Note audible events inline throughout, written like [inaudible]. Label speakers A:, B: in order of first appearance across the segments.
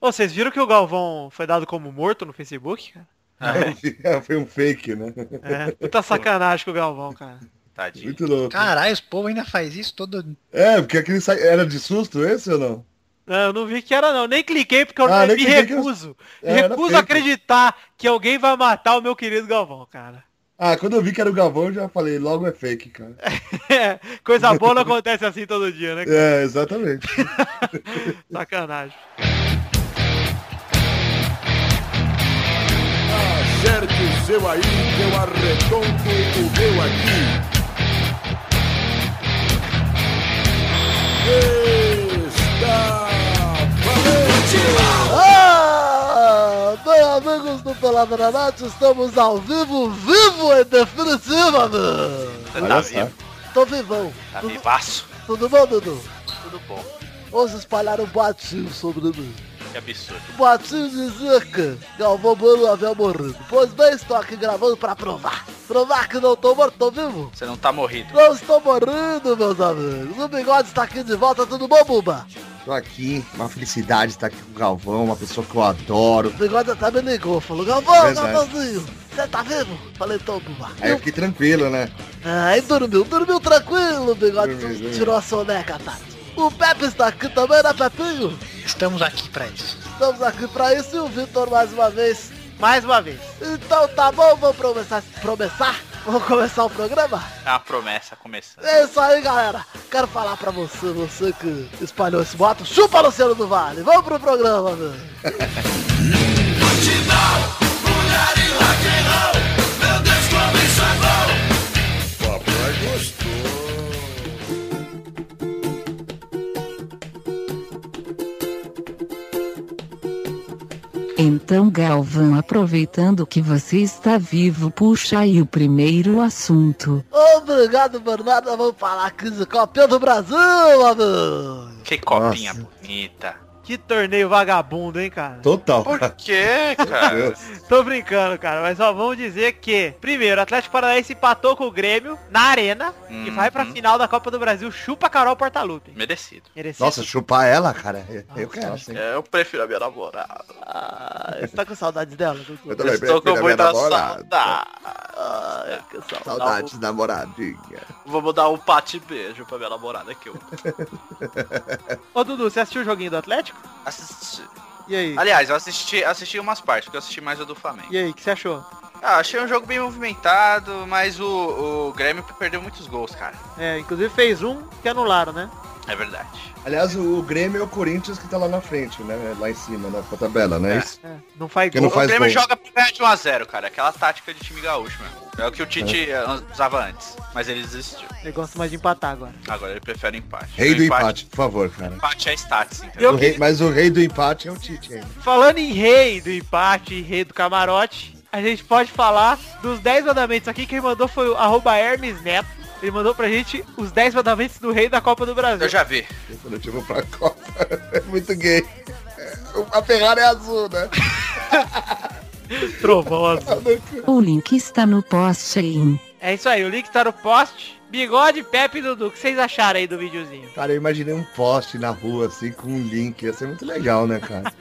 A: Ô, vocês viram que o Galvão foi dado como morto no Facebook, cara?
B: [laughs] Foi um fake, né?
A: É,
B: [laughs]
A: puta sacanagem com o Galvão, cara.
C: Tadinho.
B: Muito louco.
D: Caralho, os povo ainda faz isso todo.
B: É, porque aquele sa- era de susto esse ou não?
A: Não, eu não vi que era não, nem cliquei porque eu
B: Ah,
A: não-
B: nem
A: me
B: cliquei que eu-
A: recuso.
B: É, era
A: recuso
B: fake.
A: acreditar que alguém vai matar o meu querido Galvão, cara. [laughs]
B: Ah, quando eu vi que era o Galvão, eu já falei, logo é fake,
D: [laughs]
B: cara.
A: É, coisa boa não acontece assim todo dia,
B: [laughs]
A: né?
B: É, exatamente.
A: Sacanagem.
E: Acerte o seu aí, que eu arredondo o meu aqui. Está valente!
D: Ah, bem, amigos do Pelada na Net, estamos ao vivo, vivo e definitiva, meu.
C: Você tá
B: Olha só.
C: vivo,
D: Tô vivão.
C: tá
D: Tudo-
C: vivaço.
D: Tudo bom, Dudu?
C: Tudo bom.
D: Hoje espalharam boatinho sobre mim.
C: Que absurdo.
D: Boatinho dizia que Galvão Bueno havia morrido. Pois bem, estou aqui gravando pra provar. Provar que não tô morto, tô vivo.
C: Você não tá morrido.
D: Não estou morrendo, meus amigos. O bigode está aqui de volta, tudo bom, Buba?
F: Tô aqui, uma felicidade estar aqui com o Galvão, uma pessoa que eu adoro.
D: O bigode até me ligou, falou, Galvão,
F: Verdade.
D: Galvãozinho, você tá vivo? Falei, então, Buba.
F: Aí eu fiquei tranquilo, né?
D: Aí dormiu, dormiu tranquilo, o bigode
B: Dormi, dormi.
D: tirou a soneca, tá? O Pepe está aqui também, né, Pepinho?
G: Estamos aqui pra isso.
D: Estamos aqui pra isso e o Vitor mais uma vez.
A: Mais uma vez.
D: Então tá bom, vamos começar, começar? Vamos começar o programa?
C: É uma promessa começando.
D: É isso aí, galera. Quero falar pra você, você que espalhou esse boato. Chupa, Luciano do Vale. Vamos pro programa, velho.
H: Então, Galvão, aproveitando que você está vivo, puxa aí o primeiro assunto.
D: Obrigado, Bernardo. Vamos falar aqui de Copinha do Brasil, mano.
C: Que copinha bonita.
A: Que torneio vagabundo, hein, cara?
B: Total.
C: Por que, [laughs] cara?
A: Tô brincando, cara, mas só vamos dizer que, primeiro, o Atlético Paranaense empatou com o Grêmio na Arena e
C: Uhum.
A: vai pra final da Copa do Brasil, chupa Carol Portalupe.
C: Merecido.
A: Merecido.
F: Nossa, chupar ela, cara, eu quero. assim.
C: É, Eu prefiro a minha namorada.
D: Ah, você tá com saudade dela? Dudu?
F: Eu também
C: Estou
F: prefiro
C: com
F: a minha
C: muita
F: namorada.
C: saudade.
D: Ah, eu que saudade.
F: Saudades, namoradinha.
C: Vamos dar um pate beijo pra minha namorada que eu
A: Ô, Dudu, você assistiu o joguinho do Atlético?
C: assisti.
A: E aí?
C: Aliás, eu assisti, assisti umas partes, porque eu assisti mais o do Flamengo.
A: E aí, o que você achou?
C: Ah, achei um jogo bem movimentado, mas o, o Grêmio perdeu muitos gols, cara.
A: É, inclusive fez um que anularam, né?
C: É verdade.
B: Aliás, o o Grêmio é o Corinthians que tá lá na frente, né? Lá em cima, na na tabela, né?
C: É.
B: Isso.
A: É, não faz
B: Que
A: gol.
B: não faz
C: o Grêmio
B: gol.
C: joga pra ganhar de 1x0, cara. Aquela tática de time gaúcho, mano. É o que o Tite eh, usava antes, mas ele desistiu.
A: Ele gosta mais de empatar agora.
C: Agora ele prefere o empate.
B: Rei
C: O
B: do empate, por favor, cara.
C: Empate é status, entendeu?
A: Eu
B: O rei- mas o rei do empate é o Tite ainda.
A: Falando em rei do empate e rei do camarote, a gente pode falar dos 10 mandamentos aqui. Quem mandou foi o arroba Hermes Neto. Ele mandou pra gente os 10 mandamentos do rei da Copa do Brasil.
C: Eu já vi.
B: Quando eu tive pra Copa, [laughs] é muito gay. A Ferrari é azul, né?
A: Trovosa.
H: O link está no post aí.
A: É isso aí, o link tá no post. Bigode, Pepe e Dudu, o que vocês acharam aí do videozinho?
B: Cara, eu imaginei um poste na rua, assim, com um link. Ia ser muito legal, né, cara?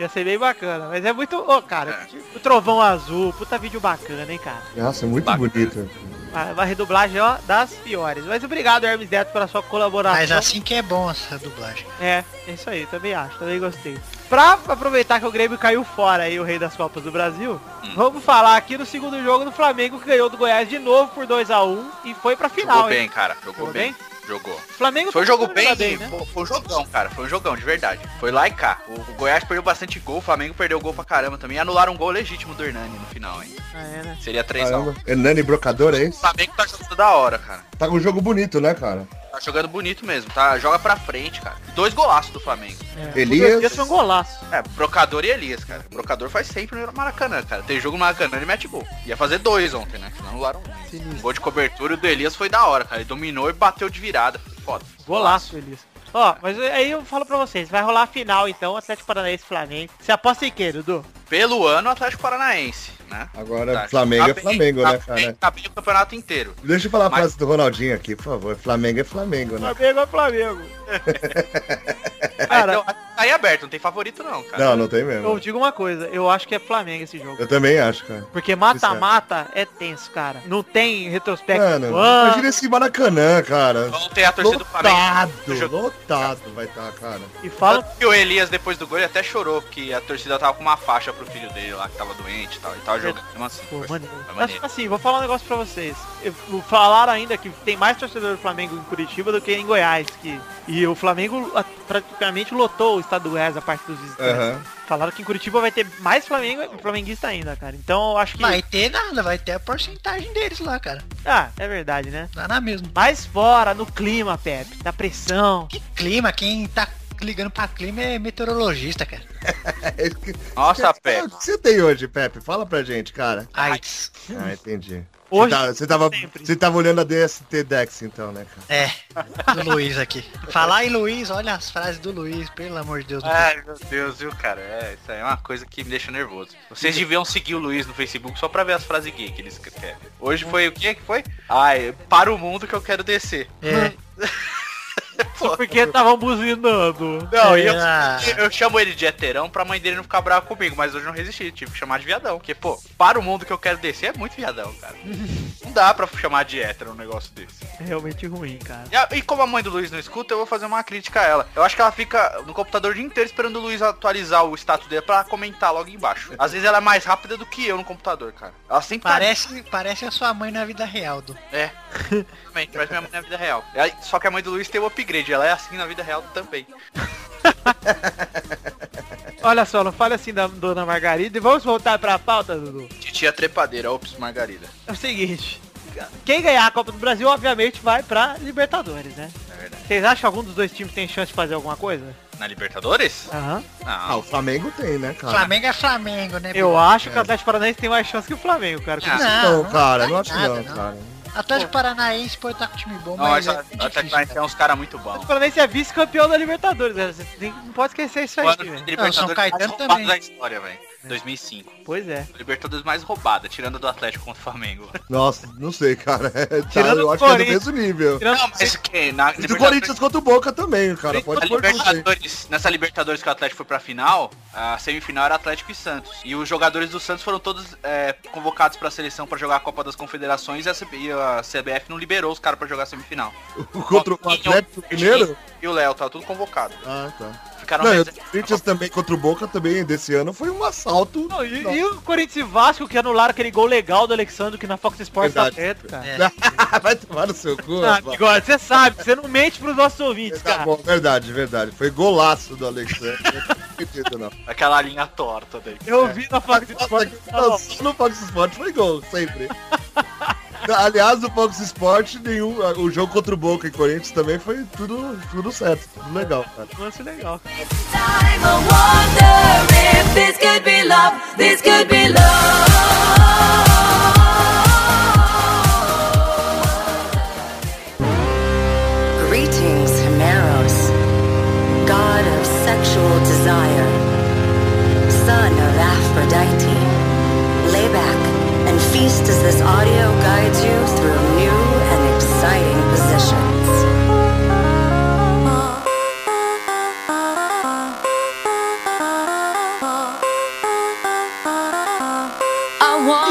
A: Ia ser bem bacana, mas é muito... Ô, cara,
C: É.
A: o Trovão Azul, puta vídeo bacana, hein, cara?
B: Nossa, é muito
C: Bacana.
B: bonito.
A: A, a redublagem, ó, das piores. Mas obrigado, Hermes Neto, pela sua colaboração.
G: Mas assim que é bom essa dublagem.
A: É, é isso aí, também acho, também gostei. Pra aproveitar que o Grêmio caiu fora aí, o rei das Copas do Brasil,
C: Hum.
A: vamos falar aqui no segundo jogo do Flamengo, que ganhou do Goiás de novo por 2x1 e foi pra final,
C: Jogou
A: hein?
C: bem, cara. Jogou,
A: Jogou
C: bem. Jogou.
A: O Flamengo
C: Foi um
A: tá
C: jogo
A: jogando
C: bem,
A: né?
C: foi, foi um jogão, cara. Foi um jogão, de verdade. Foi lá e cá. O, o Goiás perdeu bastante gol, o Flamengo perdeu gol pra caramba também. E anularam um gol legítimo do Hernani no final, hein?
A: Ah, é, né?
C: Seria 3x1.
B: Caramba. Hernani Brocador, é
C: O
B: isso?
C: Flamengo tá jogando da hora, cara.
B: Tá com um jogo bonito, né, cara?
C: Tá jogando bonito mesmo, tá? Joga pra frente, cara. Dois golaços do Flamengo.
A: É.
B: Elias.
A: O Elias foi um golaço.
C: É, Brocador e Elias, cara. Brocador faz sempre no Maracanã, cara. Tem jogo no Maracanã, ele mete gol. Ia fazer dois ontem, né? Senão anularam um. Um gol de cobertura e o do Elias foi da hora, cara. Ele dominou e bateu de virada. Foda.
A: Golaço, Elias. Ó, mas aí eu falo pra vocês, vai rolar a final então, Atlético Paranaense e Flamengo. Você aposta em quem, Dudu?
C: Pelo ano, Atlético Paranaense, né?
B: Agora,
C: Tá,
B: Flamengo
C: tá
B: é
C: bem,
B: Flamengo,
C: tá
B: né,
C: bem,
B: cara?
C: Tá bem o campeonato inteiro.
B: Deixa eu falar a
C: Mas-
B: frase do Ronaldinho aqui, por favor. Flamengo é Flamengo, né?
A: Flamengo é Flamengo.
C: Ah,
A: Cara-
C: [laughs] então, a- tá em aberto, não tem favorito não, cara.
B: Não, não tem mesmo.
A: Eu digo uma coisa, eu acho que é Flamengo esse jogo.
B: Eu também acho, cara.
A: Porque mata-mata é tenso, cara. Não tem retrospecto.
B: Mano,
A: do ano.
B: imagina esse Maracanã, cara.
C: Vamos ter a torcida do Flamengo.
B: Lotado, lotado vai estar, cara.
A: E fala
C: Tanto que o Elias, depois do gol, ele até chorou, porque a torcida tava com uma faixa pro filho dele lá, que tava doente e tal. E tava jogando mesmo assim.
A: Pô,
C: Foi-
A: maneiro.
C: foi
A: Mas,
C: maneiro.
A: assim, vou falar um negócio pra vocês. Eu- Falaram ainda que tem mais torcedor do Flamengo em Curitiba do que em Goiás. Que... E o Flamengo a- praticamente lotou o estado do Goiás a parte dos visitantes.
B: Aham.
A: Falaram que em Curitiba vai ter mais Flamengo, flamenguista ainda, cara. Então eu acho que...
D: Vai ter nada, vai ter a porcentagem deles lá, cara.
A: Ah, é verdade, né?
D: Lá na mesma.
A: Mas fora, no clima, Pepe, na pressão.
D: Que clima, quem tá ligando pra clima é meteorologista, cara.
B: [laughs] É isso que-
C: Nossa,
B: que-
A: é
C: Pepe.
B: O que você tem hoje, Pepe? Fala pra gente, cara.
D: AIDS.
B: Ah, entendi.
A: Hoje,
B: você, tá- você tava,
A: sempre.
B: você tava olhando a DST Dex, então, né, cara?
D: É, do Luiz aqui. Falar em Luiz, olha as frases do Luiz, pelo amor de Deus. Tipo, do céu.
C: Ai, meu Deus, viu, cara? É, isso aí é uma coisa que me deixa nervoso. Vocês deviam seguir o Luiz no Facebook só pra ver as frases gay que ele escreve. Hoje foi o que que foi? Ai, para o mundo que eu quero descer.
D: É,
A: Só porque um estavam buzinando.
C: Não, e eu,
D: Ah.
C: eu chamo ele de heterão pra mãe dele não ficar brava comigo, mas hoje eu não resisti, tive que chamar de viadão. Porque, pô, para o mundo que eu quero descer é muito viadão,
D: [laughs]
C: cara. não dá pra chamar de hétero um negócio desse.
A: É realmente ruim, cara.
C: E, a- e como a mãe do Luiz não escuta, eu vou fazer uma crítica a ela. Eu acho que ela fica no computador o dia inteiro esperando o Luiz atualizar o status dele pra comentar logo embaixo. Às vezes ela é mais rápida do que eu no computador, cara. Ela sempre tá-
D: parece, parece a sua mãe na vida real, do.
C: É. Também, parece minha mãe na vida real. É, Só que a mãe do Luiz tem o upgrade, ela é assim na vida real também.
A: Olha só, não fale assim da Dona Margarida. E vamos voltar pra pauta, Dudu.
C: Titia é Trepadeira, ops, Margarida.
A: É o seguinte. Quem ganhar a Copa do Brasil, obviamente, vai pra Libertadores, né?
C: É verdade.
A: Vocês acham que algum dos dois times tem chance de fazer alguma coisa?
C: Na Libertadores?
A: Aham.
C: Não.
B: Ah, o Flamengo tem, né, cara?
D: Flamengo é Flamengo, né?
A: Eu
D: Bill?
A: acho que o Atlético Paranaense tem mais chance que o Flamengo, cara.
C: Ah,
B: Não, Então, cara, não
D: dá
B: acho
D: nada,
B: não, cara.
D: Atlético Paranaense pode estar com time bom,
C: Não,
D: mas
C: mas
D: é
C: a-
D: difícil,
C: a Atlético
D: cara.
C: é uns caras muito
A: O
C: bons.
A: Atlético Paranaense é vice-campeão da Libertadores, galera. Você tem- não pode esquecer isso
C: O
A: aí, né?
C: ano
A: velho.
C: de Libertadores mais
D: Caetano
C: roubado
D: também. É.
C: da história, velho. 2005.
A: Pois é.
C: Libertadores mais roubada, tirando a do Atlético contra o Flamengo.
B: Nossa, não sei, cara. [laughs] Tá,
A: Tirando
B: eu
A: o
B: acho que é do
A: Corinthians.
B: mesmo nível.
C: Não, mas é que na
B: E do é Corinthians contra o Boca também, cara.
A: Corinthians
B: Pode
C: na
B: pôr tudo aí.
C: Libertadores, nessa Libertadores que o Atlético foi pra final, a semifinal era Atlético e Santos. E os jogadores do Santos foram todos é, convocados pra seleção pra jogar a Copa das Confederações e a, CB e a CBF não liberou os caras pra jogar a semifinal.
B: Contra o Atlético primeiro?
C: E o Léo, tá tudo convocado.
B: Ah, tá.
C: Ficaram
B: Não, e
C: mais-
B: o Corinthians também contra o Boca também desse ano foi um assalto.
A: Não, e, e o Corinthians e Vasco que anularam aquele gol legal do Alexandre que na Fox Sports tá
B: Verdade.
A: perto, cara.
D: É.
B: [laughs] Vai tomar no seu cu.
A: Ah,
B: rapaz.
A: Bigode, você sabe, você não mente pros nossos ouvintes,
B: Tá
A: cara.
B: bom, verdade, verdade. Foi golaço do Alexandre. Eu não acredito, não.
C: Aquela linha torta daí.
A: Eu vi na Fox
B: Nossa,
A: Sports.
B: que
A: tá bom.
B: lançou no Fox Sport foi gol, sempre. Aliás, no Fox Sport, nenhum, o jogo contra o Boca e Corinthians também foi tudo, tudo certo, tudo legal, cara.
A: um Lance legal.
H: Greetings, Himeros, god of sexual desire, son of Aphrodite. Lay back and feast as this audio guides you through new and exciting positions.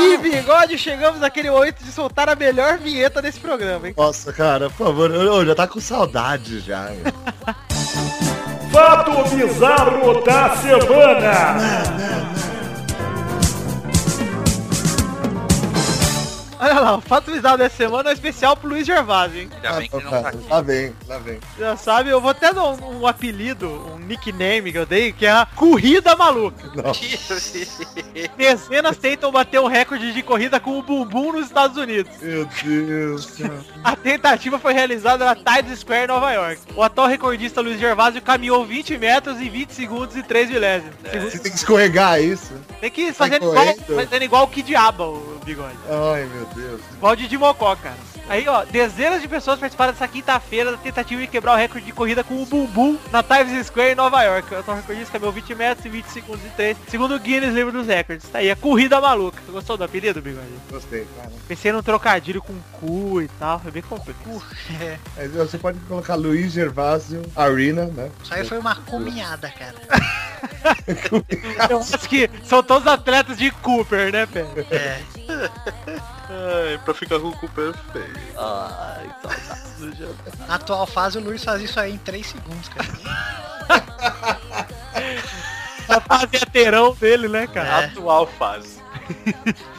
A: E bigode, chegamos naquele momento de soltar a melhor vinheta desse programa, hein?
B: Nossa, cara, por favor, eu, eu já tá com saudade já.
I: Fato bizarro da semana.
A: Olha lá, o fato bizarro dessa semana é um especial pro Luiz Gervásio, hein?
B: Ah,
C: Ainda bem que ele não tá
B: Cara,
C: aqui.
B: lá vem, lá vem.
A: Já sabe, eu vou até dar um, um apelido, um nickname que eu dei, que é a Corrida Maluca.
C: [laughs]
A: Dezenas tentam bater um recorde de corrida com o bumbum nos Estados Unidos.
B: Meu Deus, cara.
A: A tentativa foi realizada na Times Square, Nova York. O atual recordista Luiz Gervásio caminhou 20 metros em 20 segundos e 3 milésimos.
B: Você tem que escorregar isso.
A: Tem que ir
B: Sai
A: fazendo igual,
B: correndo.
A: fazendo igual o Kid Aba, o bigode.
B: Ai, meu Deus.
A: Igual o Didi Mocó, cara. Aí, ó, dezenas de pessoas participaram dessa quinta-feira da tentativa de quebrar o recorde de corrida com o bumbum na Times Square em Nova York. O recorde que é meu 20 metros e 20 segundos e 3, segundo o Guinness Livro dos Recordes. Tá aí, a corrida maluca. Tu gostou do apelido, Bigode?
B: Gostei, cara.
A: Pensei num trocadilho com cu e tal, foi bem complexo.
B: Mas Você pode colocar Luiz Gervásio Arena, né?
D: Isso aí foi uma cumiada, cara.
A: [laughs] Eu acho que são todos atletas de Cooper, né, Pé?
D: É.
C: Ai, pra ficar com o cu perfeito.
J: Ai, saudades do Jean.
D: Na atual fase, o Luiz faz isso aí em 3 segundos, [laughs] cara.
A: A fase heterão dele, né, cara?
D: É,
C: Atual fase.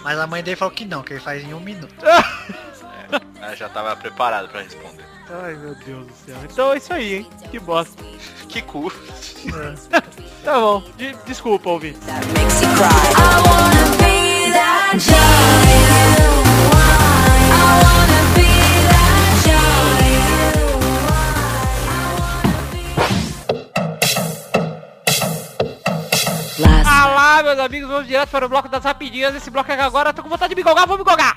D: mas a mãe dele falou que não, que ele faz em um minuto.
C: Ah, já tava preparado pra responder.
A: Ai, meu Deus do céu. Então é isso aí, hein? Que bosta.
C: Que cu.
A: Tá bom. De- desculpa, ouvir.
K: that makes you cry. I wanna be that giant. I wanna be that giant. Last
A: Alá, meus amigos, vamos direto para o bloco das rapidinhas. Esse bloco é que agora, eu tô com vontade de me gogar, vou me gogar!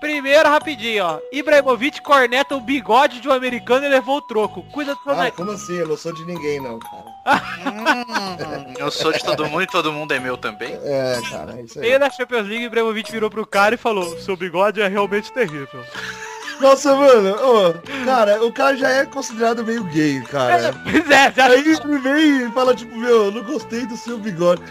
A: Primeiro, rapidinho, ó. Ibrahimovic corneta o bigode de um americano e levou o troco. Cuida do seu
B: Ah,
C: é
A: nariz.
B: como assim? Eu não sou de ninguém, não, cara.
C: Eu sou de todo mundo e todo mundo é meu também.
B: É, cara, é isso aí.
A: Meio da Champions League, Ibrahimovic virou pro cara e falou, seu bigode é realmente terrível. [laughs]
L: Nossa, mano, ô, cara, o cara já é considerado meio gay, cara.
A: Pois é, você acha
L: Aí ele vem e fala, tipo, meu, eu não gostei do seu bigode.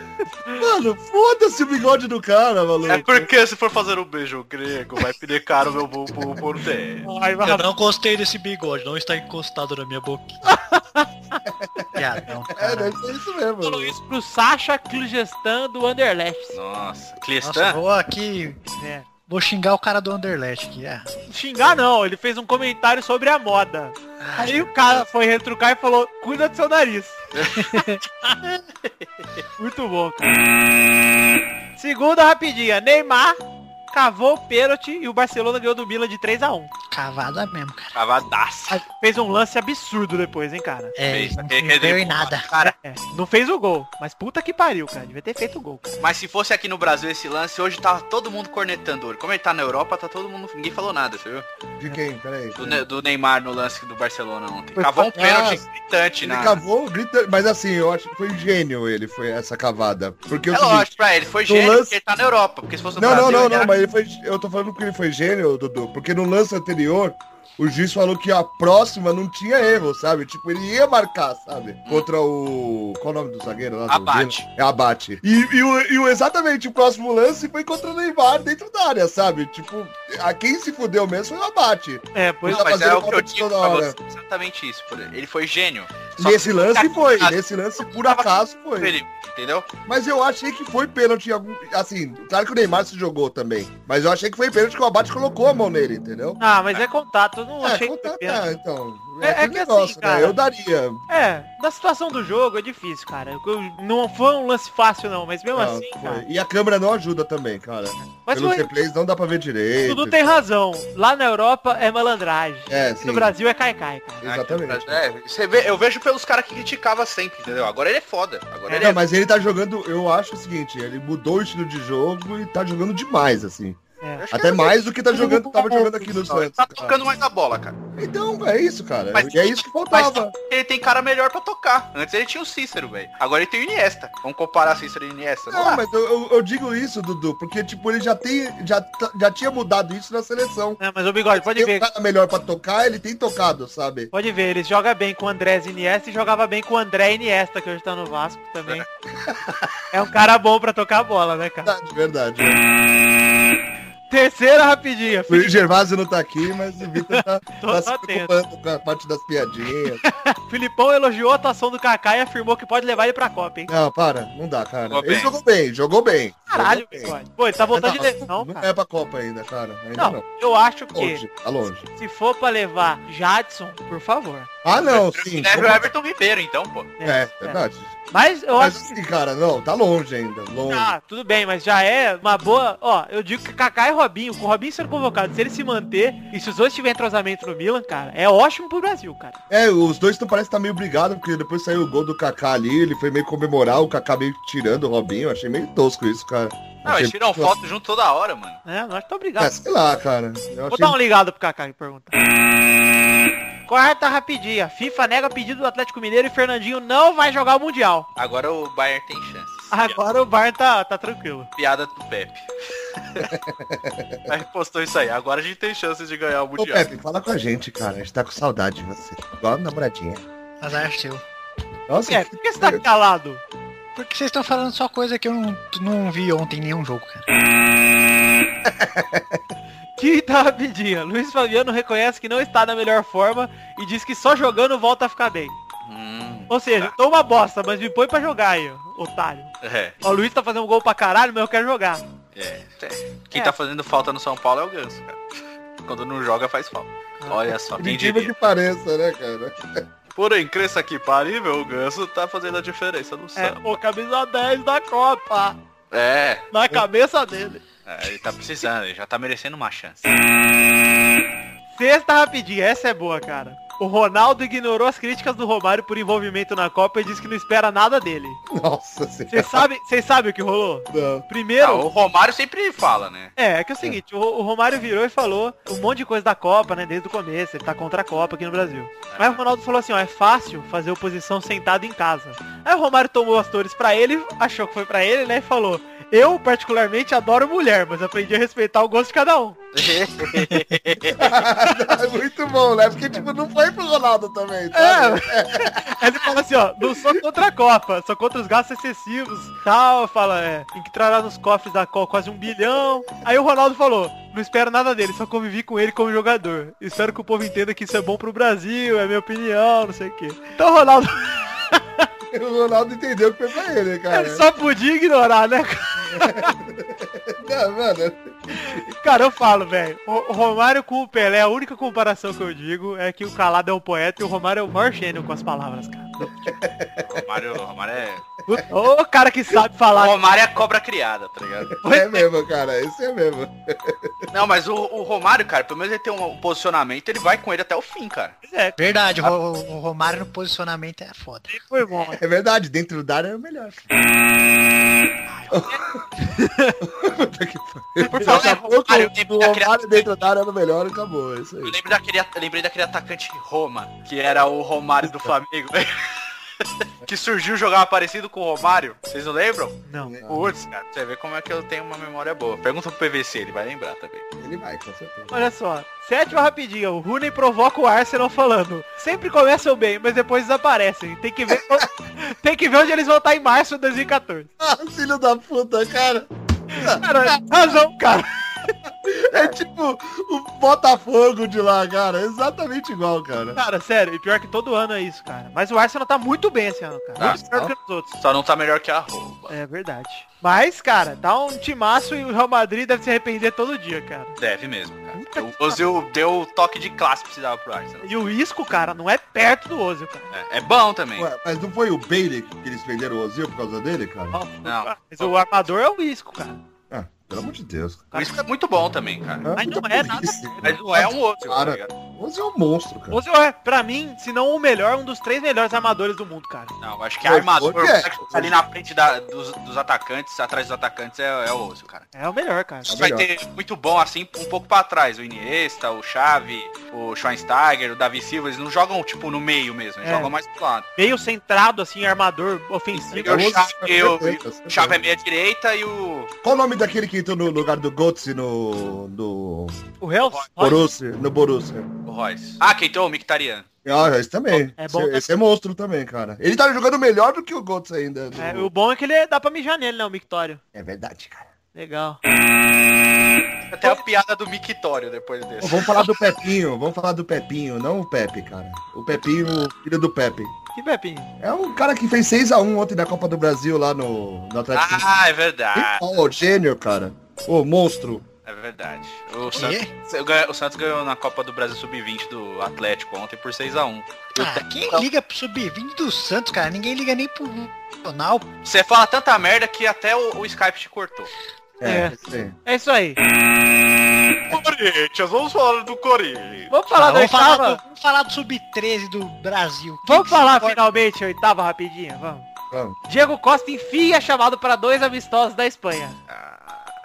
L: Mano, foda-se o bigode do cara, maluco.
C: É porque se for fazer um beijo grego, vai pinecar o meu bumbum por dentro.
A: que- Ai, vai
D: Eu
A: arrasar.
D: não gostei desse bigode, não está encostado na minha boquinha. [laughs] Piadão,
L: É,
D: cara.
L: deve ser isso mesmo.
A: falou isso pro Sasha Kligestan do Anderlecht.
C: Nossa,
D: Nossa,
C: Cliestan?
D: vou aqui... né,
A: É.
D: Vou xingar o cara do Underlet aqui, é.
A: Xingar não, ele fez um comentário sobre a moda. Aí o cara foi retrucar e falou, cuida do seu nariz. Muito bom, cara. Segunda rapidinha, Neymar cavou o pênalti e o Barcelona ganhou do Milan de 3 a 1
D: Cavada mesmo, cara.
C: Cavadaça.
A: Fez um lance absurdo depois, hein, cara.
D: É,
C: Fez,
D: não
C: aquele-
D: deu
C: aquele-
D: em nada.
C: Cara,
A: É, não fez o gol, mas puta que pariu, cara. Devia ter feito o gol, cara.
C: mas se fosse aqui no Brasil esse lance, hoje tava todo mundo cornetando ele. Como ele tá na Europa, tá todo mundo. Ninguém falou nada, você viu?
B: De quem? Peraí.
C: Do, Ne- do Neymar no lance do Barcelona ontem.
A: Foi
C: Cavou um pênalti
B: fácil.
C: gritante,
B: Ele
C: né?
B: cavou, grita, mas assim, eu acho que foi um gênio ele, foi essa cavada. Porque é
C: É
B: o seguinte,
C: lógico, pra ele foi
B: no
C: gênio
B: lance-
C: porque ele tá na Europa. Porque se fosse no
B: não,
C: Brasil, né?
B: não, não,
C: ele
B: não,
C: era-
B: mas ele foi, eu tô falando que ele foi gênio, Dudu, porque no lance anterior, o juiz falou que a próxima não tinha erro, sabe? Tipo, ele ia marcar, sabe? Contra o... qual o nome do zagueiro lá? do
C: Uhum. Abate.
B: Vila? É Abate. E, e o, e o- exatamente o próximo lance foi contra o Neymar dentro da área, sabe? Tipo, a quem se fudeu mesmo foi o Abate.
A: É, pois
B: tá
C: Não, mas é
B: fazendo
C: o que eu
B: falta
C: digo
B: toda
C: pra
B: hora.
C: você, exatamente isso. por Ele Ele foi gênio. Só
B: Nesse
C: que
B: lance
C: tá-
B: foi,
C: tá-
B: nesse lance por
C: tava-
B: acaso foi.
C: Ele, entendeu?
B: Mas eu achei que foi pênalti em algum. Assim, claro que o Neymar se jogou também. Mas eu achei que foi pênalti que o Abate colocou a mão nele, entendeu?
A: Ah, mas é contato, eu não
B: É,
A: achei
B: conta-
A: que foi pênalti.
B: tá, então.
A: É- é
B: aquele
A: que assim,
B: negócio,
A: cara-
B: né? Eu daria.
A: É, na situação do jogo é difícil, cara. Eu- Não foi um lance fácil não, mas mesmo
B: Não,
A: assim,
B: Ah, foi.
A: cara.
B: E a câmera não ajuda também, cara.
A: Mas
B: Pelos
A: foi-
B: replays não dá pra ver direito.
A: Dudu tem razão. Lá na Europa é malandragem.
B: É,
A: Aqui
B: sim.
A: no Brasil é caicai, cara.
B: Exatamente.
C: É, você vê- eu vejo pelos caras que criticavam sempre, entendeu? Agora ele é foda. Agora ele
B: Não,
C: é...
B: mas ele tá jogando, eu acho o seguinte, ele mudou o estilo de jogo e tá jogando demais, assim.
A: É.
B: Até mais do que tá jogando, tava jogando aqui no Santos.
C: Tá
B: cara.
C: tocando mais a bola, cara.
B: Então, é isso, cara.
C: Mas-
B: e é isso que
C: Mas
B: faltava.
C: ele tem cara melhor pra tocar. Antes ele tinha o Cícero, velho. Agora ele tem o Iniesta. Vamos comparar Cícero e Iniesta? Não,
B: Não,
C: dá.
B: mas eu, eu- eu digo isso, Dudu, porque, tipo, ele já tem. Já, tá- já tinha mudado isso na seleção.
A: Não, mas o Bigode, pode
B: Tem um
A: ver.
B: cara melhor pra tocar, ele tem tocado, sabe?
A: Pode ver, ele joga bem com o Andrés Iniesta e jogava bem com o André Iniesta, que hoje tá no Vasco também. É um cara bom pra tocar a bola, né, cara?
B: Verdade, verdade.
A: Terceira rapidinha.
B: O Luiz Gervásio não tá aqui, mas o Vitor tá,
A: [laughs] Tô-
B: tá
A: tô
B: se
A: atento.
B: preocupando com a parte das piadinhas.
A: Filipão elogiou a atuação do Kaká e afirmou que pode levar ele pra Copa, hein?
B: Não, para, não dá, cara.
C: Jogou
B: ele
C: bem.
B: jogou bem, jogou bem.
A: Caralho,
B: Jogou bem.
A: Bigode. Pô, ele tá voltando de
B: Não,
A: lesão,
B: não
A: cara.
B: é pra Copa ainda, cara. Ainda não.
A: Não, eu acho que
B: Longe, tá longe.
A: se for pra levar Jadson, por favor. né?
B: Ah, não, sim.
C: Leve
B: como-
C: o Everton Ribeiro, então, pô.
B: É, verdade.
A: Mas eu
B: Mas
A: acho
B: assim, cara, não, tá longe ainda. Longe.
A: Ah, tudo bem, mas já é uma boa. Ó, eu digo que Kaká e Robinho, com o Robinho sendo convocado, se ele se manter e se os dois tiverem entrosamento no Milan, cara, é ótimo pro Brasil, cara.
B: É, os dois estão parece que tá meio brigado, porque depois saiu o gol do Kaká ali, ele foi meio comemorar, o Kaká meio tirando o Robinho, achei meio tosco isso, cara.
C: Não, eles tiram foto junto toda hora, mano.
A: É, nós tô obrigado.
B: É, assim- sei lá, cara. Eu
A: Vou
B: achei-
A: dar um ligado pro Kaká e perguntar. Quarta rapidinha. FIFA nega pedido do Atlético Mineiro e Fernandinho não vai jogar o Mundial.
C: Agora o Bayern tem chances.
A: Agora o Bar tá, tá tranquilo.
C: Piada do Pepe. [laughs] Aí postou isso aí. Agora a gente tem chances de ganhar o
F: Ô,
C: Mundial.
F: Pepe, fala com a gente, cara. A gente tá com saudade de você. Igual a namoradinha.
D: Azar é seu.
B: Assim,
F: Nossa,
A: É, por que você tá calado?
D: Porque vocês estão falando só coisa que eu não, não vi ontem em nenhum jogo, cara.
A: Quinta rapidinha. tá Luiz Fabiano reconhece que não está na melhor forma e diz que só jogando volta a ficar bem.
C: Hum,
A: Ou seja, tô uma bosta, mas me põe pra jogar aí, otário.
C: é,
A: Ó, o Luiz tá fazendo gol pra caralho, mas eu quero jogar.
C: é. Quem
A: É.
C: tá fazendo falta no São Paulo é o Ganso, cara. Quando não joga, faz falta.
A: Ah,
C: Olha só, quem
B: Incrível
C: diria.
B: que pareça, né, cara?
C: Porém, cresça que parível, o Ganso tá fazendo a diferença no
A: É,
C: Santos.
A: o camisa 10 da Copa.
C: É.
A: Na cabeça dele.
C: é, ele tá precisando, ele já tá merecendo uma chance.
A: Sexta rapidinha, essa é boa, cara. O Ronaldo ignorou as críticas do Romário por envolvimento na Copa e disse que não espera nada dele.
B: Nossa tá senhora.
A: [laughs]
B: [laughs]
A: Vocês sabem, vocês sabem o que rolou?
B: Não.
C: Ah,
A: Primeiro,
C: o Romário sempre fala, né?
A: é, é que é o seguinte, o, o Romário virou e falou um monte de coisa da Copa, né, desde o começo, ele tá contra a Copa aqui no Brasil. Mas o Ronaldo falou assim, ó, é fácil fazer oposição sentado em casa. Aí o Romário tomou as torres pra ele, achou que foi pra ele, né, e falou, eu particularmente adoro mulher, mas aprendi a respeitar o gosto de cada um.
B: [laughs] É muito bom, né? Porque, tipo, não foi pro Ronaldo também, tá? sabe?
A: É. Aí ele fala assim, ó, não sou contra a Copa, sou contra os gastos excessivos, tal, fala, é, entrará nos cofres da Copa quase um bilhão. Aí o Ronaldo falou, não espero nada dele, só convivi com ele como jogador. Espero que o povo entenda que isso é bom pro Brasil, é minha opinião, não sei o quê. Então o Ronaldo [laughs] É.
B: O Ronaldo entendeu que foi pra ele, cara.
A: só podia ignorar, né?
B: Não, mano,
A: Cara, eu falo, velho, o o Romário com o Pelé, a única comparação que eu digo é que o Calado é um poeta e o Romário é o maior gênio com as palavras, cara.
C: O Romário, o Romário é.
A: Puta, Ô, cara que sabe falar.
C: O Romário é a cobra criada, tá ligado?
B: é mesmo, cara. Isso é mesmo.
C: Não, mas o, o Romário, cara, pelo menos ele tem um posicionamento, ele vai com ele até o fim, cara.
A: É,
D: Verdade, o, Ro- o Romário no posicionamento é foda.
A: foi bom.
F: É verdade, dentro da área é o melhor.
B: [laughs]
C: Por favor, é Romário, eu
B: O
C: lembro daquele-
B: Romário dentro da área era o melhor e acabou. É isso
C: eu
B: aí.
C: lembro daquele, eu lembrei daquele atacante Roma, que era o Romário do Flamengo. [laughs] que surgiu jogar parecido com o Romário. Vocês não lembram?
A: Não.
C: Putz, cara, você vê como é que eu tenho uma memória boa. Pergunta pro PVC, ele vai lembrar também.
B: Ele vai, com certeza. [laughs]
A: Olha só, sétima rapidinha, o Rooney provoca o Arsenal falando, sempre começam bem, mas depois desaparecem. Tem que ver, [laughs] tem que ver onde eles vão estar em março de 2014.
B: Ah, filho da puta, cara.
A: Cara, razão, cara.
B: É tipo o Botafogo de lá, cara. É Exatamente igual, cara.
A: Cara, sério, e pior que todo ano é isso, cara. Mas o Arsenal tá muito bem esse ano, cara.
C: Tá,
A: muito pior que os outros.
C: Só não tá melhor que a Roma.
A: É verdade. Mas, cara, tá um timaço e o Real Madrid deve se arrepender todo dia, cara.
C: Deve mesmo, cara. O Ozil deu o toque de classe que precisava pro Arsenal.
A: E o Isco, cara, não é perto do Ozil, cara.
C: É, é bom também.
B: Ué, mas não foi o Bailey que eles venderam o Ozil por causa dele, cara?
C: Não.
A: Mas o armador é o Isco, cara.
B: Ah, pelo amor de Deus. cara.
C: O Isco é muito bom também, cara.
B: Ah,
A: Mas não
B: muita
A: é nada.
B: burrice.
C: Mas não é um outro, tá
B: Cara.
C: ligado?
B: O Ozil é um monstro, cara.
A: Ozil é, pra mim, se não o melhor, um dos três melhores armadores do mundo, cara.
C: Não, acho que
B: Pô,
C: armador,
B: o que é?
C: que tá ali na frente da- dos, dos atacantes, atrás dos atacantes, é, é o Ozil, cara.
A: É o melhor, cara.
C: Isso vai ter muito bom, assim, um pouco pra trás. O Iniesta, o Xavi, o Schweinsteiger, o Davi Silva, eles não jogam, tipo, no meio mesmo. Eles
A: É.
C: jogam mais pro lado.
A: Meio centrado, assim, armador ofensivo.
C: Porque o
B: Ozil,
C: Xavi,
B: eu-
C: o- o Xavi é meia-direita e o...
B: Qual o nome daquele que entrou no lugar do Götze no... do
A: O Real
B: Borussia? No Borussia.
C: o Royce. Ah, quem então? O Mkhitaryan.
B: Ah, esse também.
A: É bom
B: esse,
A: também.
B: esse é monstro também, cara. Ele tá jogando melhor do que o Götze ainda.
A: É,
B: no-
A: o bom é que ele é- dá pra mijar nele, né, o Mictório.
F: É verdade, cara.
A: Legal.
C: Até a piada do Mictório depois
B: Pô,
C: desse.
B: Vamos falar do Pepinho, vamos falar do Pepinho, não o Pepe, cara. O Pepinho, o filho do Pepe.
A: Que Pepinho.
B: É um cara que fez 6x1 ontem na Copa do Brasil lá no, no Atlético.
C: Ah, é verdade.
B: Ó, o gênio, cara. Ô, monstro.
C: É verdade. O Santos,
A: é?
C: o Santos ganhou na Copa do Brasil Sub-20 do Atlético ontem por 6x1.
D: Ah, quem liga pro sub-20 do Santos, cara? Ninguém liga nem pro Nacional.
C: Você fala tanta merda que até o, o Skype te cortou.
A: É.
B: sim.
A: É isso aí.
C: Corinthians, vamos falar do Corinthians.
A: Vamos falar
D: Ah,
A: da
D: vamos, falar
A: oitava?
D: do, vamos falar do sub-13 do Brasil.
A: Vamos falar finalmente a oitava rapidinho, vamos.
B: Vamos.
A: Diego Costa enfia chamado para dois amistosos da Espanha.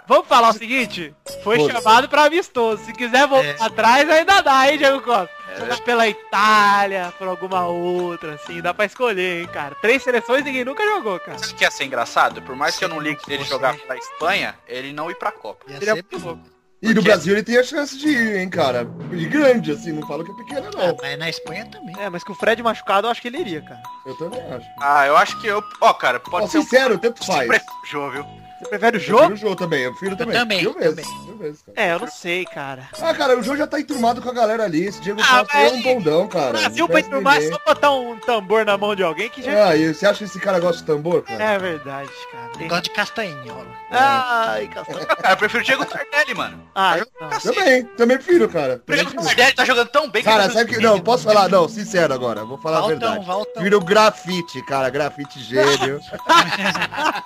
A: Vamos falar o seguinte? Foi
B: Poxa.
A: chamado para amistoso. Se quiser voltar atrás, ainda dá, hein, Diego Costa?
C: É.
A: Tá Pela Itália, por alguma outra, assim, dá pra escolher, hein, cara. Três seleções ninguém nunca jogou, cara.
C: Sabe o que ia ser engraçado? Por mais que eu não ligue ele
D: Você-
C: jogar pela Espanha, ele não ir pra Copa.
D: Ia
A: Seria
D: ser
A: muito louco.
B: E no Brasil ele tem a chance de ir, hein, cara. E grande, assim, não falo que é pequena,
D: Ah,
B: não.
D: mas na Espanha também.
A: É, mas com o Fred machucado, eu acho que ele iria, cara.
B: Eu também acho.
C: Ah, eu acho que eu... Ó, cara, pode
B: Ó,
C: ser um...
B: sincero, tanto faz.
C: Sempre jogo, viu? [laughs]
A: Você prefere o
B: Eu prefiro
A: jogo?
B: o jogo também, eu prefiro também.
D: também,
B: Mil vezes,
D: também.
B: mil vezes, cara.
A: É, eu não sei, cara.
B: Ah, cara, o jogo já tá enturmado com a galera ali. Esse Diego
A: Ah,
B: Costa é um
A: mas-
B: bondão, cara.
A: O Brasil
B: Não
A: pra
B: conhece
A: enturmar é
B: ninguém.
A: só botar um tambor na mão de alguém que já... É,
B: Ah, e você acha que esse cara gosta de tambor, cara?
A: verdade, cara. Tem-
D: Gosto de castanha, rola.
A: Ai, castanho.
C: Cara, eu prefiro o Diego Tardelli, mano. Tá
A: Ah, eu
C: é.
A: não.
B: Também, também prefiro, cara.
C: O Diego Tardelli tá jogando tão bem que...
B: Cara,
C: ele tá
B: sabe que. Não, posso falar, não, sincero agora, vou falar a
C: um
D: Valtão,
B: É verdade.
D: Valtão.
B: Vira o grafite, cara, grafite
C: [laughs]
B: gênio.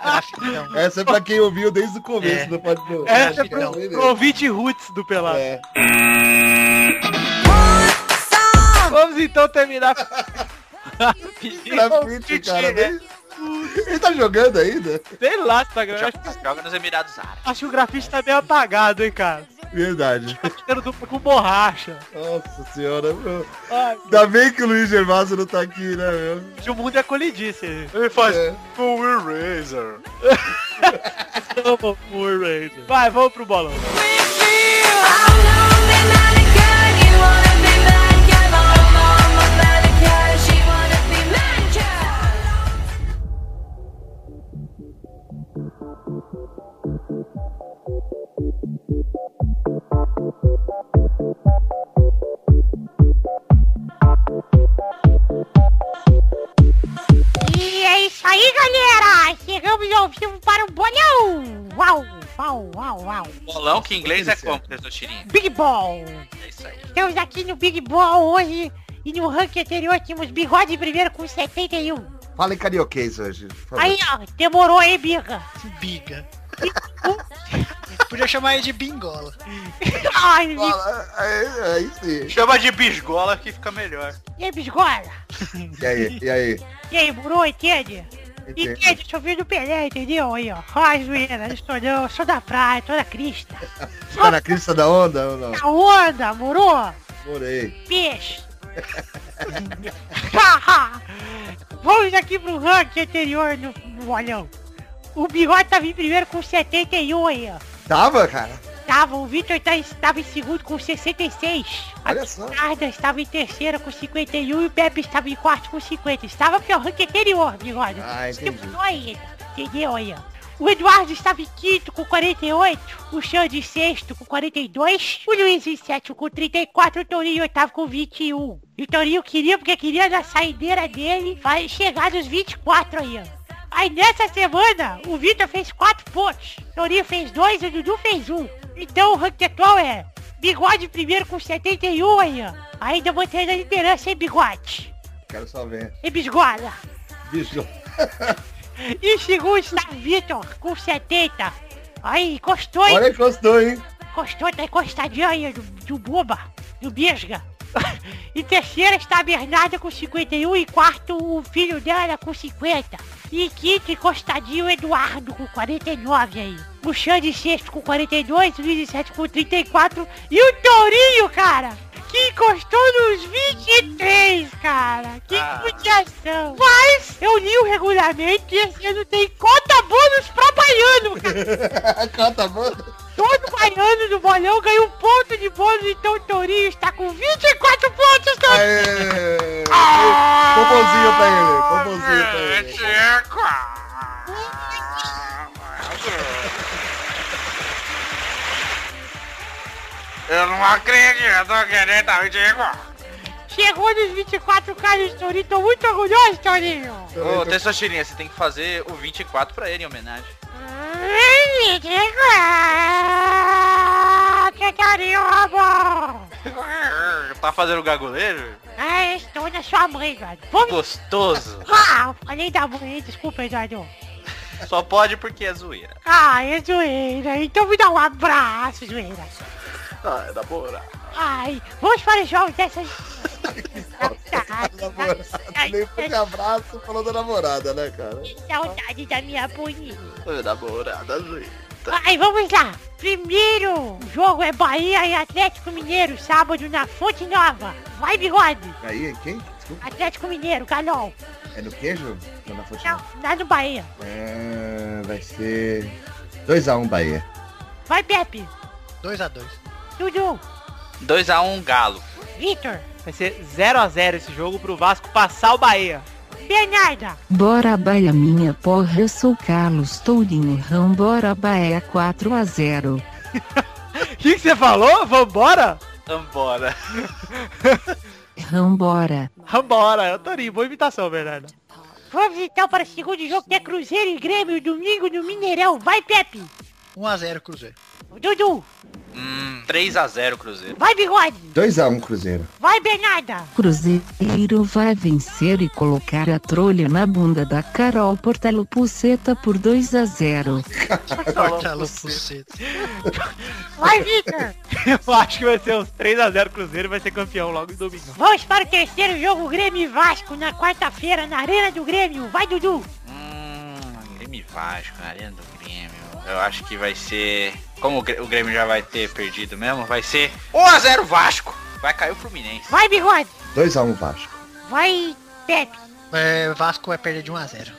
D: Grafitão.
B: Essa é pra quem ouviu desde o começo,
D: É.
B: não pode não.
A: É,
D: Acho que não.
A: Convite roots do Pelado.
B: É.
A: Vamos então terminar.
B: Grafite, cara. né? bem- Ele tá jogando ainda?
A: Sei lá se tá gravando. Acho,
C: Joga, joga nos Emirados Árabes.
A: acho que o grafite tá meio apagado, hein, cara.
B: Verdade.
A: Tá ficando dupla com borracha.
B: Nossa senhora, meu.
A: Ai,
B: Ainda bem que o Luiz Gervásio não tá aqui, né, meu?
A: hoje o mundo é colidice.
C: Ele faz...
B: É.
C: Full Eraser.
A: Vamos, Murray. Vai, vamos pro bolão.
K: E é isso aí, galera! Chegamos ao vivo para o bolhão! Uau, uau, uau, uau!
C: Bolão que em inglês é como, professor Tirinha?
K: Big Ball!
C: É isso aí.
K: Estamos aqui no Big Ball hoje e no ranking anterior tínhamos Bigode em primeiro com 71.
F: Fala em carioquês hoje. por favor.
K: Aí, ó, demorou, hein, Biga?
D: Biga. [laughs] Podia chamar ele de bingola.
K: Ai,
F: Fala,
B: é,
F: aí, aí sim.
C: Chama de bisgola que fica melhor.
K: e aí, Bisgola?
F: E aí, e aí?
K: E aí, Bruno, entende? Entende, sou filho do Pelé, entendeu? Aí, ó. Ai, zoeira, não sou não, sou da praia, sou da crista.
F: Tá na crista da onda ou não?
K: Da onda, moro?
F: Morei.
K: Peixe. Haha. Vamos aqui pro ranking anterior no, no olhão. O Bigode tava em primeiro com 71 aí, ó.
F: Tava, cara?
K: Tava, o Victor tá, estava em segundo com 66. A
F: Olha só.
K: Narda estava em terceira com 51 e o Pepe estava em quarto com 50. Estava porque é o ranking anterior, Bigode.
F: Ah,
K: Isso que
F: entendi.
K: mudou ainda. Entendeu aí, ó. O Eduardo estava em quinto com 48, o Xande em sexto com 42, o Luiz em sétimo com 34, o Torinho em oitavo com 21. E o Torinho queria, porque queria na saideira dele, vai chegar nos 24 aí, ó. Aí nessa semana, o Vitor fez 4 pontos, o Torinho fez 2 e o Dudu fez 1. Um. Então o ranking atual é Bigode em primeiro com 71 aí, ó. Ainda mantendo a liderança em Bigode.
F: Quero só ver.
K: E Bisgola.
F: Bicho.
K: Em segundo está Vitor, com 70. Aí, encostou, hein?
F: Olha aí, gostou,
B: [laughs]
F: hein?
K: Encostou, tá encostadinho aí, do, do boba, do bisga. em terceira está a Bernarda com 51, em quarto o filho dela com 50. E em quinto, encostadinho, o Eduardo com 49 aí. O Xande em sexto com 42, o Luiz em sétimo com 34 e o Tourinho, cara, que encostou nos 23, cara. Que
C: Ah.
K: judiação. Mas eu li o regulamento e esse ano tem conta bônus pra baiano, cara.
B: tá
F: Canta, mano.
K: Todo baiano do bolão ganhou um ponto de bônus, então o Tourinho está com 24 pontos, Tourinho!
F: Aê! Pompozinho pra ele, pompozinho pra ele.
C: Eu não acredito que ele tá Diego.
K: Chegou nos 24 caras do Tourinho, tô muito orgulhoso, Tourinho!
C: Ô, Tessor Tirinha, você tem que fazer o 24 pra ele em homenagem. [laughs]
K: Ai, me diga, Que Tourinho roubou!
C: Tá fazendo gagoleiro?
K: Ai, estou na sua mãe, velho. Vamos...
C: Gostoso.
K: Ah, falei da mãe, desculpa, Eduardo.
C: Só pode porque é zoeira.
K: Ah, é zoeira, então me dá um abraço, zoeira.
C: Ah, é da boa.
K: Ai, vamos para os jogos dessas... é.
B: Nem foi de abraço falou da namorada, né, cara?
K: Saudade da minha bonita.
C: Ô, namorada, gente.
K: Aí vamos lá. Primeiro jogo é Bahia e Atlético Mineiro, sábado na Fonte Nova. Vai, bigode.
B: Aí, é quem? Desculpa.
K: Atlético Mineiro, Galol.
B: É no queijo? Ou na fonte?
K: Não, lá no Bahia.
B: Ah, vai ser 2x1 Bahia.
K: Vai, Pepe.
D: 2x2.
K: Dudu.
C: 2x1 Galo.
K: Vitor.
A: Vai ser 0x0 esse jogo pro Vasco passar o Bahia.
K: Bernarda.
H: Bora Bahia minha porra, eu sou Carlos Tourinho Rão, bora Bahia 4 a 0.
A: O que que você falou? Vambora?
C: Vambora.
H: Rão bora.
A: Vambora. Eu tô boa imitação, Bernardo. [laughs]
K: Vamos então para o segundo jogo que é Cruzeiro e Grêmio, domingo no Mineirão. Vai, Pepe.
D: 1x0 Cruzeiro.
K: Dudu.
C: Hum, 3x0 Cruzeiro.
K: Vai, bigode.
B: 2x1 Cruzeiro.
K: Vai, Bernarda.
H: Cruzeiro vai vencer e colocar a trolha na bunda da Carol Portalo Puceta por 2 a 0.
D: Cortalo Puceta.
K: Vai, Vitor.
A: Eu acho que vai ser uns 3x0 Cruzeiro e vai ser campeão logo em domingo.
K: Vamos para o terceiro jogo, Grêmio e Vasco, na quarta-feira, na Arena do Grêmio. Vai, Dudu.
C: Hum, Grêmio e Vasco, Arena do Grêmio. Eu acho que vai ser... Como o Grê- o Grêmio já vai ter perdido mesmo, vai ser 1x0 Vasco. Vai cair o Fluminense.
K: Vai, bigode.
B: 2x1 Vasco.
K: Vai, Pepe.
D: É, Vasco vai perder de 1x0.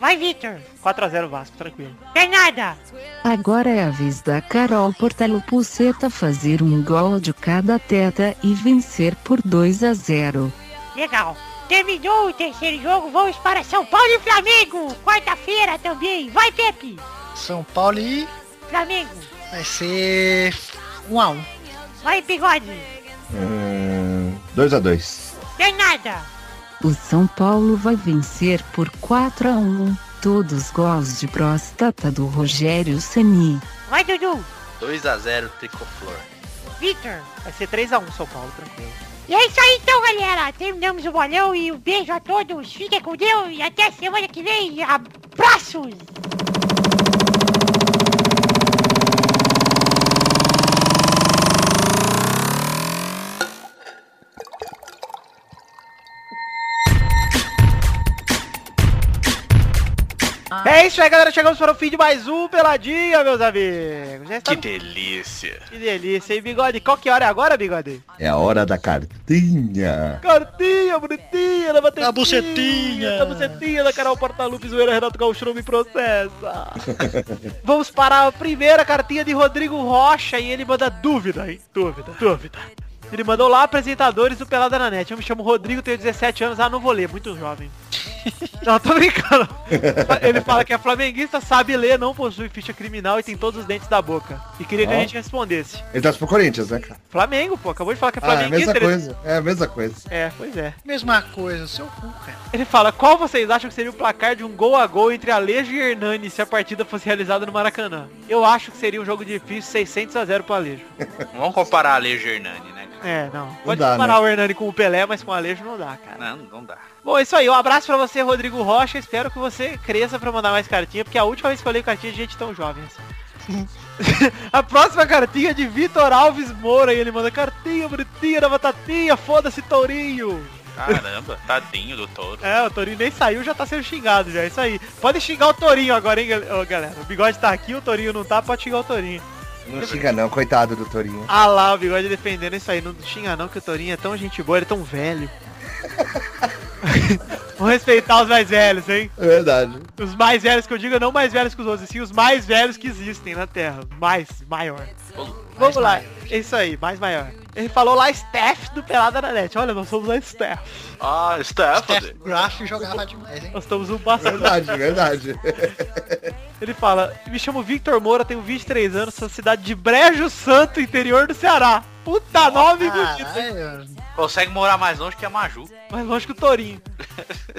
K: Vai, Vitor.
A: 4x0 Vasco, tranquilo.
K: Bernarda.
H: Agora é a vez da Carol Portalo Puceta fazer um gol de cada teta e vencer por 2 a 0.
K: Legal. Terminou o terceiro jogo, vamos para São Paulo e Flamengo. Quarta-feira também. Vai, Pepe.
D: São Paulo e
K: Flamengo.
D: vai ser 1x1.
K: Vai, bigode.
B: Hum, 2x2.
K: Bernarda.
H: O São Paulo vai vencer por 4 a 1. Todos gols de próstata do Rogério Ceni.
K: Vai, Dudu.
C: 2x0 Tricoflor.
K: Vitor.
A: Vai ser 3x1 São Paulo, tranquilo.
K: E é isso aí então, galera. Terminamos o bolão e um beijo a todos. Fiquem com Deus e até semana que vem. Abraços!
A: É isso aí, galera. Chegamos para o fim de mais um Peladinha, meus amigos. Já está...
C: Que Tá
A: no-
C: delícia.
A: que delícia, hein, Bigode? Qual que hora é agora, Bigode?
M: É a hora da cartinha.
A: Cartinha, bonitinha, na bucetinha.
D: Na bucetinha.
A: Na bucetinha da Carol Portalupe, zoeira Renato Gaúcho não me processa. [laughs] Vamos para a primeira cartinha de Rodrigo Rocha e ele manda dúvida, hein? Dúvida, dúvida. Ele mandou lá apresentadores do Pelada na Net. Eu me chamo Rodrigo, tenho 17 anos. Ah, não vou ler, muito
B: [laughs]
A: jovem. Não, tô brincando. Ele fala que é flamenguista, sabe ler, não possui ficha criminal e tem todos os dentes da boca. E queria que a
B: Ó.
A: gente respondesse.
B: Ele tá pro Corinthians, né, cara?
A: Flamengo, pô, acabou de falar que é
B: Ah, é a
A: flamenguista.
B: mesma
A: ele-
B: coisa. É a mesma coisa.
A: É, pois é.
D: Mesma coisa, seu cu, cara.
A: Ele fala, qual vocês acham que seria o placar de um gol a gol entre Alejo e Hernani se a partida fosse realizada no Maracanã? Eu acho que seria um jogo difícil, 600 a 0 pro Alejo.
C: Não vamos comparar a Lejo Hernani, né? cara?
A: É, não. Pode
B: dá,
A: comparar o Hernani com o Pelé, mas com o Alejo não dá, cara.
C: Não, não dá.
A: Bom, é isso aí. Um abraço pra você, Rodrigo Rocha. Espero que você cresça pra mandar mais cartinha, porque é a última vez que eu li cartinha de gente tão jovem assim. [laughs] a próxima cartinha é de Vitor Alves Moura e ele manda cartinha bonitinha da batatinha, foda-se Tourinho.
C: Caramba, tadinho do touro.
A: É, o Torinho nem saiu, já tá sendo xingado já, é isso aí. Pode xingar o Torinho agora, hein, gal- ô, galera. O bigode tá aqui, o Torinho não tá, pode xingar o Torinho.
B: Não xinga não, coitado do Torinho.
A: Ah lá, o bigode defendendo isso aí. Não xinga não, que o Torinho é tão gente boa, ele é tão velho. [laughs] Vamos respeitar os mais velhos, hein?
B: É verdade.
A: Os mais velhos que eu digo, não mais velhos que os outros, e sim os mais velhos que existem na Terra. Mais, maior. Vamos lá, é isso aí, mais maior. Ele falou lá staff do Pelada na Net. Olha, nós somos a staff.
C: Ah, Stafford.
D: Steph Graf jogava
A: [laughs]
D: demais, hein?
A: Nós estamos um passado.
B: Verdade, verdade.
A: Ele fala, me chamo Victor Moura, tenho 23 anos, sou da cidade de Brejo Santo, interior do Ceará. Puta nome bonito, hein?
D: Caralho.
C: Consegue morar mais longe que a Maju.
A: Mais longe que o Torinho.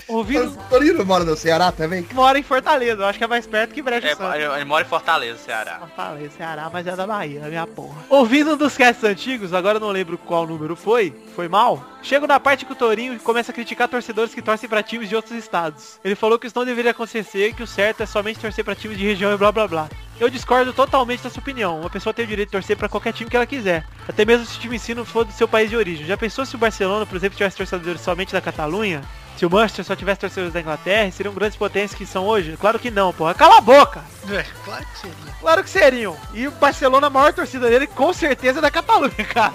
A: Ouvindo
B: [laughs] O Torinho não mora no Ceará também?
A: mora em Fortaleza, eu acho que é mais perto que Brejo
C: É,
A: Santo.
C: ele- ele mora em Fortaleza, Ceará.
A: Fortaleza, Ceará, mas é da Bahia, minha porra. Ouvindo um dos casts antigos, agora eu não lembro qual número foi, foi mal. Chego na parte que o Torinho começa a criticar torcedores que torcem pra times de outros estados. Ele falou que isso não deveria acontecer, que o certo é somente torcer pra times de região e blá blá blá. eu discordo totalmente da sua opinião. Uma pessoa tem o direito de torcer pra qualquer time que ela quiser. Até mesmo se o time ensino for do seu país de origem. Já pensou se o Barcelona, por exemplo, tivesse torcedores somente da Catalunha? Se o Manchester só tivesse torcedores da Inglaterra, seriam grandes potências que são hoje? Claro que não, porra. Cala a boca!
D: É, claro que seria.
A: Claro que seriam. E o Barcelona, a maior torcida dele, com certeza é da Catalunha, [laughs] cara.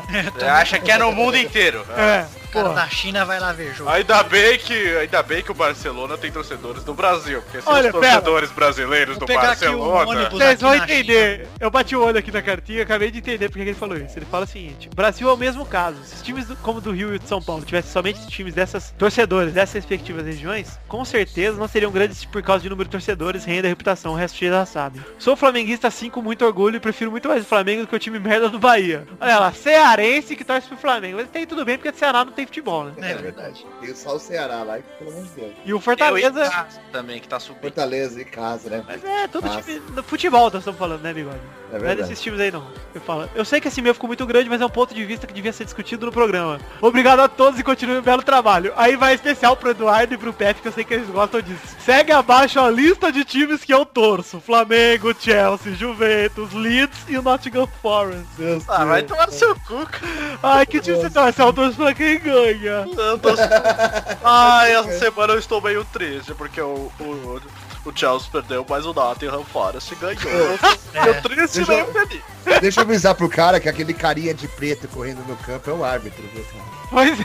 C: Acha que é no mundo inteiro.
A: É.
D: O cara da China vai lá ver jogo.
N: Ainda bem que, ainda bem que o Barcelona tem torcedores do Brasil, porque se
A: Olha,
N: os torcedores brasileiros do
D: Vou pegar aqui um o
N: Barcelona,
D: ônibus.
A: Vocês vão
D: aqui na
A: entender. Eu bati o olho aqui na cartinha, acabei de entender porque que ele falou isso. Ele fala o seguinte: Brasil é o mesmo caso. Se os times do- como do Rio e de São Paulo tivessem somente times dessas torcedores, dessas respectivas regiões, com certeza não seriam grandes por causa de número de torcedores, renda, reputação, o resto já sabe. Sou flamenguista assim com muito orgulho e prefiro muito mais o Flamengo do que o time merda do Bahia. Olha lá, cearense que torce pro Flamengo. Mas tem tudo bem porque do Ceará não tem futebol, né?
D: É verdade.
L: Tem só o Ceará lá, que pelo amor de Deus.
A: E o
C: Eu e
A: Fortaleza.
C: Cássio também, que tá subindo.
L: Fortaleza em casa, né?
A: Mas é, todo
L: Nossa.
A: time do futebol nós estamos falando, né, bigode?
L: É
A: Não é
L: verdade.
A: desses times aí não. Eu falo, eu sei que esse meu ficou muito grande, mas é um ponto de vista que devia ser discutido no programa. Obrigado a todos e continue o belo trabalho. Aí vai especial pro Eduardo e pro Pepe, que eu sei que eles gostam disso. Segue abaixo a lista de times que eu torço. Flamengo, Chelsea, Juventus, Leeds e o Nottingham Forest.
L: Deus
C: Ah, vai
L: Deus.
C: tomar no seu cu, cara.
A: Ai, que time você torce? É Eu torço pra quem ganha.
N: Eu
L: [laughs]
N: tô- Ai, essa semana eu estou meio triste, porque o, o, o Chelsea perdeu, mas o Nottingham Forest
L: É.
N: ganhou. Eu triste e
L: Deixa eu-
N: meio feliz.
L: Deixa eu avisar pro cara que aquele carinha de preto correndo no campo é o árbitro, viu, cara?
A: Pois é.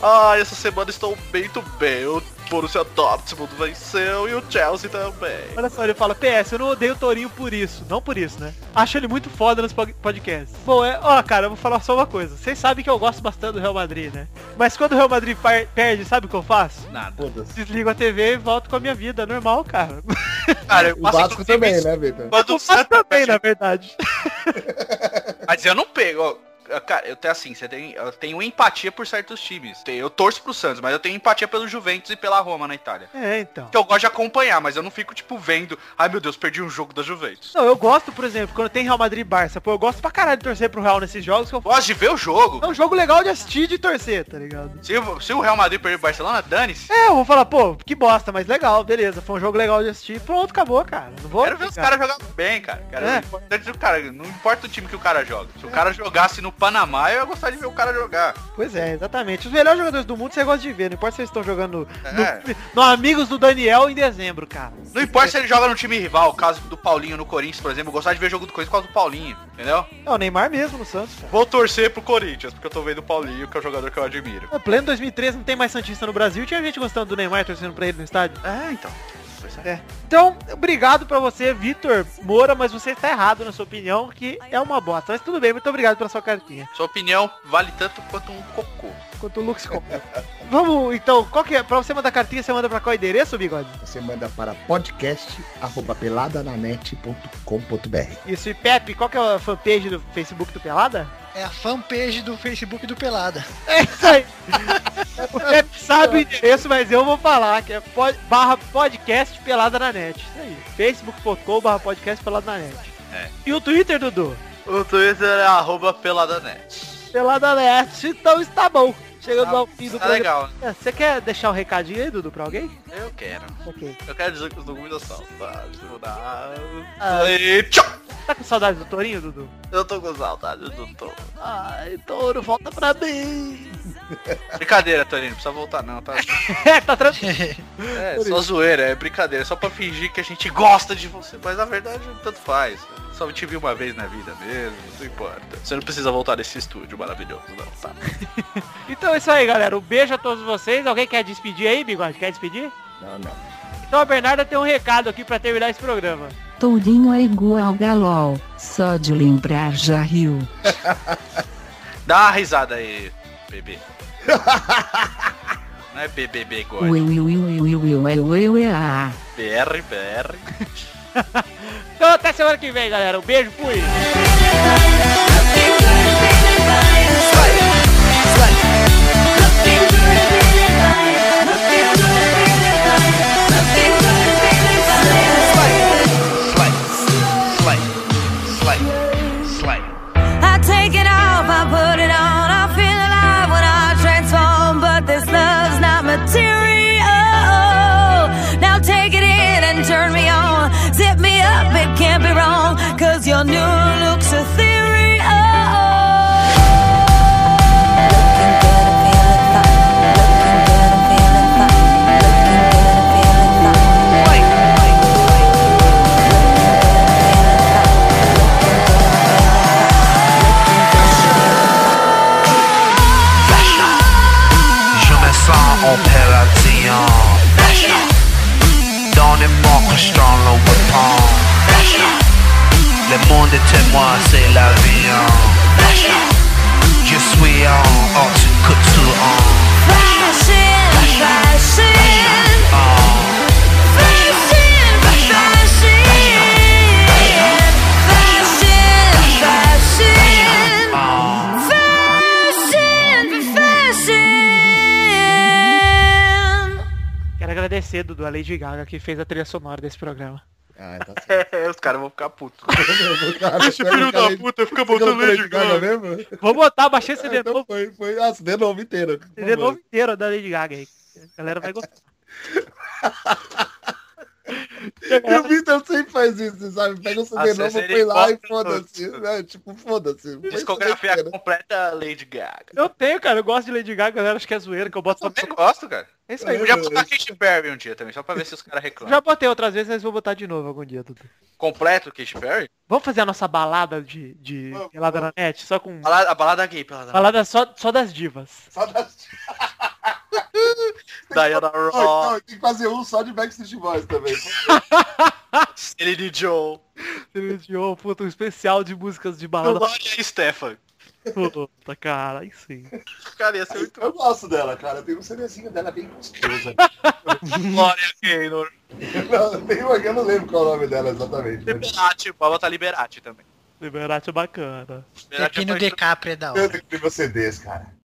N: Ah, essa semana estou muito bem. O Borussia Dortmund venceu e o Chelsea também.
A: Olha só, ele fala, PS, eu não odeio o Torinho por isso. Não por isso, né? Acho ele muito foda nos pod- podcasts. Bom, é. Ó, cara, eu vou falar só uma coisa. Vocês sabem que eu gosto bastante do Real Madrid, né? Mas quando o Real Madrid par- perde, sabe o que eu faço?
C: Nada.
L: Foda-se.
A: Desligo a TV e volto com a minha vida, normal, cara.
C: Cara, eu
L: O
C: faço
L: Vasco
C: inclusive
L: também,
C: isso
L: né, Vitor? [laughs]
C: quando
A: Eu
C: o
A: faço
C: Santos
A: também, na verdade.
C: Mas eu não pego. ó, Cara, eu tenho assim, você tem, eu tenho empatia por certos times. Tem- Eu torço pro Santos, mas eu tenho empatia pelo Juventus e pela Roma na Itália.
A: É, então.
C: Que eu gosto de acompanhar, mas eu não fico, tipo, vendo. Ai meu Deus, perdi um jogo da Juventus.
A: Não, eu gosto, por exemplo, quando tem Real Madrid e Barça, pô, eu gosto pra caralho de torcer pro Real nesses jogos que eu
C: Gosto de ver o jogo.
A: É um jogo legal de assistir e de torcer, tá ligado?
C: Se, o- se o Real Madrid perder o Barcelona, dane-se.
A: É, eu vou falar, pô, que bosta, mas legal, beleza. Foi um jogo legal de assistir. Pronto, acabou, cara. Não vou.
C: Quero ver os
A: ficar-
C: caras jogarem bem, cara. Quero
A: É.
C: o importante é o cara. Não importa o time que o cara joga. Se o cara jogasse no Panamá, eu ia gostar de ver o cara jogar.
A: Pois é, exatamente. Os melhores jogadores do mundo você gosta de ver. Não importa se eles estão jogando no,
C: É.
A: no Amigos do Daniel em dezembro, cara.
C: Não importa se ele joga no time rival, o caso do Paulinho no Corinthians, por exemplo, eu gostava de ver jogo do Corinthians por causa do Paulinho, entendeu?
A: É o Neymar mesmo no Santos, cara.
N: Vou torcer pro Corinthians, porque eu tô vendo o Paulinho, que é o jogador que eu admiro.
A: É, pleno 2013 não tem mais Santista no Brasil. Tinha gente gostando do Neymar torcendo pra ele no estádio.
C: É, então. Pois é.
A: Então, obrigado pra você, Vitor Moura, mas você está errado na sua opinião, que é uma bosta. Mas tudo bem, muito obrigado pela sua cartinha.
C: Sua opinião vale tanto quanto um cocô.
A: Enquanto o Lux compra. [laughs] Vamos, então, qual que é? Pra você mandar cartinha, você manda pra qual endereço, bigode?
F: Você manda para podcast@peladananet.com.br.
A: Isso, e Pepe, qual que é a fanpage do Facebook do Pelada?
D: É a fanpage do Facebook do Pelada.
A: É isso aí. O Pepe sabe o endereço, mas eu vou falar, que é pod, barra podcast pelada na net. Isso aí. Facebook.com barra podcast pelada na net.
C: É.
A: E o Twitter, Dudu?
C: O Twitter é arroba peladanet.
A: Pelada na net. Então está bom. Chegamos ao fim do
C: Tá
A: programa.
C: legal.
A: É, Você quer deixar um recadinho aí, Dudu, pra alguém?
C: Eu quero.
A: Ok.
C: Eu quero dizer que os números da saudade.
A: Ah.
C: E tchau!
A: Tá com saudade do Torinho, Dudu?
C: Eu tô com saudade do Tom.
A: Ai, Toro, volta pra mim.
C: Brincadeira, Torino, não precisa voltar não, tá?
A: [laughs] É, tá tranquilo.
C: É, só zoeira, é brincadeira, só pra fingir que a gente gosta de você, mas na verdade tanto faz. Só te vi uma vez na vida mesmo, não importa. Você não precisa voltar nesse estúdio maravilhoso, não, tá?
A: Então é isso aí, galera. Um beijo a todos vocês. Alguém quer despedir aí, Bigode? Quer despedir?
F: Não, não.
A: Então a Bernarda tem um recado aqui pra terminar esse programa.
H: Tourinho é igual ao galol, só de lembrar já riu.
C: Dá uma risada aí, bebê. Não é BBB God,
H: Ui, ui, ui, ui, ui, ui, ui, ui, ah.
C: BR, BR.
A: Então até semana que vem, galera. Um beijo, fui!
K: I take it off, I put it on. I feel alive when I transform, but this love's not material. Now take it in and turn me on, zip me up, it
O: can't be wrong, cause your new look's a theory. Oh,
H: Je me sens en péradillon Donnez-moi que je dans le weapon Le monde est témoin, c'est la vie hein. Je suis en haute couture hein.
O: fashion, fashion. Fashion, fashion. Fashion, fashion. Fashion, fashion.
A: Quero agradecer, Dudu, a Lady Gaga, que fez a trilha sonora desse
C: [laughs]
A: programa.
B: Ah, tá
C: É, Os caras vão
B: [laughs]
C: ficar putos.
B: Esse filho da puta fica botando Lady Gaga mesmo?
A: Vou botar, baixei
C: É
A: esse de é novo,
B: Foi, foi, ah, de novo inteiro.
A: CD novo inteiro da Lady Gaga aí. A galera vai
C: [laughs]
A: gostar.
B: E o Vitor sempre faz isso, você sabe? Pega o CD
C: Às vezes
B: novo, põe lá
C: Ah, ele
B: e
C: bota
B: foda-se.
C: tudo.
B: né? Tipo, foda-se. Põe CD
C: Discografia
B: inteiro.
C: completa Lady Gaga.
A: Eu tenho, cara, eu gosto de Lady Gaga, a galera acho que é zoeira, que eu boto só
C: Também gosto, cara.
A: É isso aí.
C: Eu podia botar Katy Perry um dia também, só pra ver se os caras reclamam.
A: Já botei outras vezes, mas vou botar de novo algum dia, Dudu.
C: Completo Katy Perry?
A: Vamos fazer a nossa balada de, de pelada na net, só com...
C: Balada, a balada gay, balada.
A: Balada só, só das divas.
B: Só da-
C: Diana
B: Ó,
C: Ross,
B: então, Tem que fazer um só de Backstreet Boys também.
C: Celine Dion,
A: Televisão, puta, um especial de músicas de balada.
C: Lorde e Stefan.
A: Puta, cara, aí sim.
C: Cara, ia ser muito
B: Eu gosto dela, cara. Tem um CDzinho dela bem gostoso. [laughs]
C: Glória Gaynor.
B: Não, tem uma que eu não lembro qual é o nome dela exatamente. mas-
C: Liberati, vou botar Liberati também.
A: Liberati é bacana.
C: Liberati
D: Pepino
C: é
D: de Capri é da hora.
B: Eu tenho que ter meus CDs, cara.